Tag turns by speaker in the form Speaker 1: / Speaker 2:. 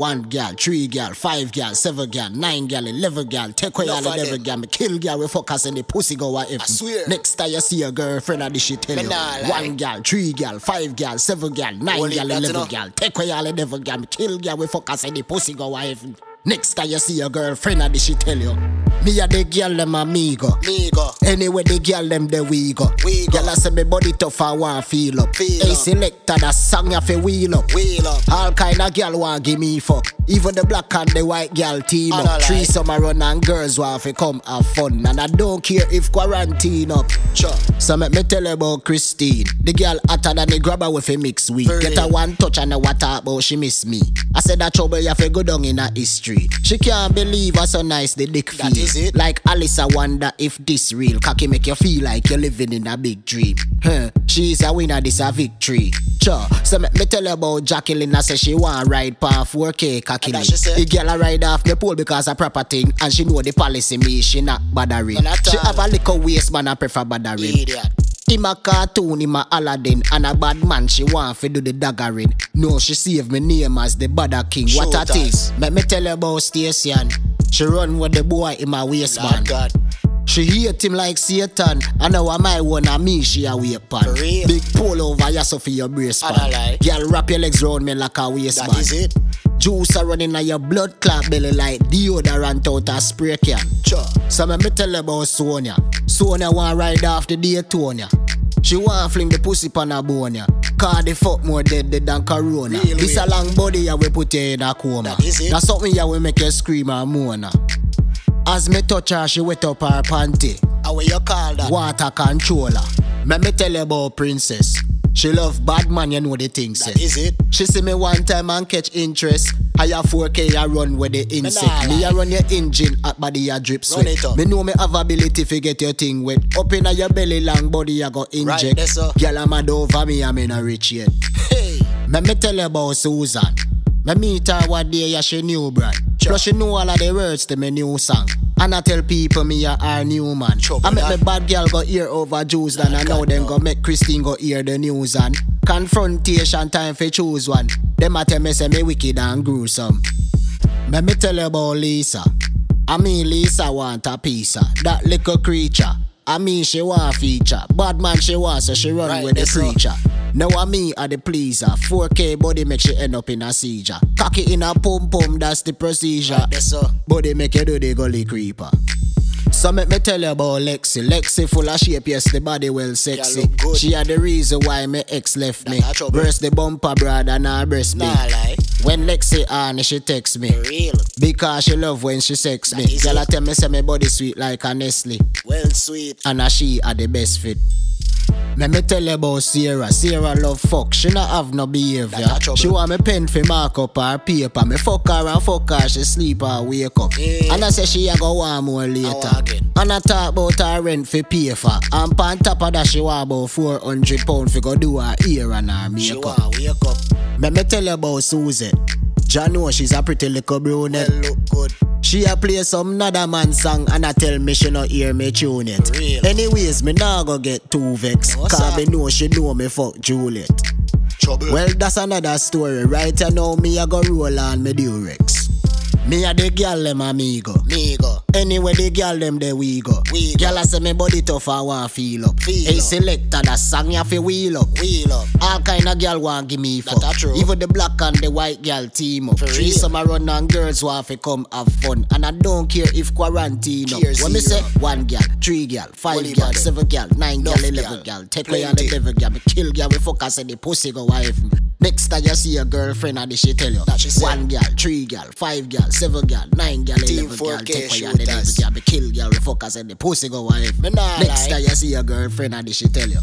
Speaker 1: One gal, three gal, five gal, seven gal, nine gal, eleven gal, take away all
Speaker 2: Enough of
Speaker 1: eleven
Speaker 2: them.
Speaker 1: gal, me kill gal, we focus and the pussy go a if.
Speaker 2: I swear.
Speaker 1: Next time you see a girlfriend, I this shit tell
Speaker 2: Me
Speaker 1: you.
Speaker 2: nah lie.
Speaker 1: One gal, three gal, five gal, seven gal, nine
Speaker 2: Only
Speaker 1: gal,
Speaker 2: that, you know.
Speaker 1: eleven gal, take away all eleven gal, me kill gal, we focus and the pussy go a if. Next time you see a girlfriend, I this shit tell you. Me a the gal, them amigo.
Speaker 2: Me go.
Speaker 1: Anyway, the girl them the we go.
Speaker 2: We go.
Speaker 1: Girl I say me body tough, I want feel up.
Speaker 2: Feel
Speaker 1: hey,
Speaker 2: up.
Speaker 1: selector, that song you fi wheel up.
Speaker 2: Wheel up.
Speaker 1: All kind of girl want give me fuck. Even the black and the white girl team
Speaker 2: I
Speaker 1: up.
Speaker 2: no
Speaker 1: Three
Speaker 2: lie.
Speaker 1: summer run and girls want fi come have fun. And I don't care if quarantine up.
Speaker 2: Sure.
Speaker 1: So make me tell you about Christine. The girl hotter than the grabber with a mix weed.
Speaker 2: For
Speaker 1: Get her
Speaker 2: real.
Speaker 1: one touch and a water but she miss me. I said that trouble you fi go down in her history. She can't believe how so nice the dick feel.
Speaker 2: That is it.
Speaker 1: Like Alice, I wonder if this real cocky make you feel like you're living in a big dream. Huh? She's a winner, this a victory. Sure. So me, me tell you about Jacqueline. I say she want ride path work eh, cocky.
Speaker 2: And that she say-
Speaker 1: The girl a ride off the pole because a proper thing, and she know the policy me. She not bothering.
Speaker 2: No, not
Speaker 1: She
Speaker 2: all.
Speaker 1: have a little waist, man. I prefer bothering.
Speaker 2: Idiot.
Speaker 1: Him a cartoon, him a Aladdin And a bad man, she want fi do the daggering No, she save me name as the badder king What a
Speaker 2: Shooters.
Speaker 1: taste Let me tell you about Station She run with the boy in my
Speaker 2: Lord
Speaker 1: waistband
Speaker 2: God.
Speaker 1: She hate him like Satan And now am I one of me, she a weep pan
Speaker 2: For real?
Speaker 1: Big pull over ya so for your brace
Speaker 2: I
Speaker 1: pan
Speaker 2: don't like.
Speaker 1: Girl wrap your legs round me like a waistband
Speaker 2: That is it.
Speaker 1: Juice a running on your blood clot belly like deodorant out a spray can
Speaker 2: Sure.
Speaker 1: so me, me tell her about Sonia. Sonia want ride off the Daytona. She want fling the pussy pan her bone ya. Car the fuck more dead dead than corona.
Speaker 2: Real
Speaker 1: this a
Speaker 2: way.
Speaker 1: long body ya we put you in a coma.
Speaker 2: That is it.
Speaker 1: That's something ya we make you scream and moan. ya. As me touch her, she wet up her panty.
Speaker 2: How will you call that?
Speaker 1: Water controller. Me me tell her about princess. She love bad man, you know the thing say.
Speaker 2: That is it.
Speaker 1: She see me one time and catch interest. I have 4K, I run with the insect.
Speaker 2: nah
Speaker 1: Me, I run your engine, at body, I drip sweat.
Speaker 2: Run it up.
Speaker 1: Me know me have ability fi get your thing wet. Up in your belly, long body, I go inject.
Speaker 2: Right, yes, sir.
Speaker 1: Girl, I'm mad over me, I'm in a rich yet.
Speaker 2: Hey.
Speaker 1: Me, me tell you about Susan. Me meet her one day, yeah, she new brand.
Speaker 2: Sure.
Speaker 1: Plus, she know all of the words to me new song. And I tell people me a her new man.
Speaker 2: Trouble,
Speaker 1: I make
Speaker 2: that.
Speaker 1: me bad girl go hear over Jews and I know
Speaker 2: God,
Speaker 1: them
Speaker 2: no.
Speaker 1: go make Christine go hear the news and confrontation time for choose one. Them a tell me say me wicked and gruesome. Let me tell you about Lisa. I mean Lisa want a piece of that little creature. I mean she want feature. Bad man she want so she run
Speaker 2: Right,
Speaker 1: with the
Speaker 2: yes, sir.
Speaker 1: preacher. Now I me are the pleaser. 4K body make she end up in a seizure. Cocky in a pum pum, that's the procedure.
Speaker 2: Right, yes, sir.
Speaker 1: Body make you do the gully creeper. So make me tell you about Lexi. Lexi full of shape, yes, the body well sexy.
Speaker 2: look good.
Speaker 1: She had the reason why my ex left me.
Speaker 2: a trouble.
Speaker 1: Breast the bumper, brother, and her breast
Speaker 2: Nah
Speaker 1: big.
Speaker 2: lie.
Speaker 1: When Lexi on, she text me.
Speaker 2: Real.
Speaker 1: Because she love when she sex me.
Speaker 2: That is
Speaker 1: Girl, I
Speaker 2: it.
Speaker 1: tell me say my body sweet like a Nestle.
Speaker 2: Well sweet.
Speaker 1: And a she are the best fit. Let me tell you about Sarah. Sarah love fuck. She not have no behavior.
Speaker 2: That a trouble.
Speaker 1: She want me pen fi mark up her paper. Me fuck her and fuck her. She sleep and wake up.
Speaker 2: Yeah.
Speaker 1: And I say she a go want more later.
Speaker 2: want again.
Speaker 1: And I talk about her rent fi pay for. And on top of that she want about 400 pound fi go do her ear and her
Speaker 2: She
Speaker 1: makeup.
Speaker 2: want wake up.
Speaker 1: Let me tell you about Susie. John know she's a pretty little brunette.
Speaker 2: Well look good.
Speaker 1: She a play some nada man song and I tell me she no hear me tune it.
Speaker 2: Real.
Speaker 1: Anyways, me nah go get too vexed.
Speaker 2: No,
Speaker 1: Cause
Speaker 2: sir.
Speaker 1: me know she know me fuck Juliet.
Speaker 2: Uh. Trouble.
Speaker 1: Well, that's another story. Right you now, me a go roll on me durex. Me a the gal them amigo.
Speaker 2: me go.
Speaker 1: Anyway, the gal them there we go.
Speaker 2: We go.
Speaker 1: Gal a say me body tough, I want feel up.
Speaker 2: Feel
Speaker 1: hey,
Speaker 2: up.
Speaker 1: selector, that song you fi wheel up.
Speaker 2: Wheel up.
Speaker 1: All kind of girl want give me fuck.
Speaker 2: a true.
Speaker 1: Even the black and the white girl team up.
Speaker 2: For
Speaker 1: Three
Speaker 2: real.
Speaker 1: summer run and girls want fi come have fun. And I don't care if quarantine up.
Speaker 2: Care
Speaker 1: When me say
Speaker 2: zero.
Speaker 1: one girl, three girl, five
Speaker 2: Only
Speaker 1: girl,
Speaker 2: body.
Speaker 1: seven girl, nine girl,
Speaker 2: Enough
Speaker 1: eleven
Speaker 2: girl.
Speaker 1: girl. Take away on the
Speaker 2: Plenty.
Speaker 1: devil girl. Me kill girl, we fuck us and the pussy go wife. Next time you see a girlfriend and she tell you
Speaker 2: That she say.
Speaker 1: one girl, three girl, five girl, seven girl, nine girl,
Speaker 2: Team
Speaker 1: eleven girl.
Speaker 2: 4K
Speaker 1: Take away on the devil
Speaker 2: shooters.
Speaker 1: girl. Me kill girl, we fuck us and the pussy go wife.
Speaker 2: Me nah
Speaker 1: Next
Speaker 2: lie.
Speaker 1: time you see a girlfriend and she tell you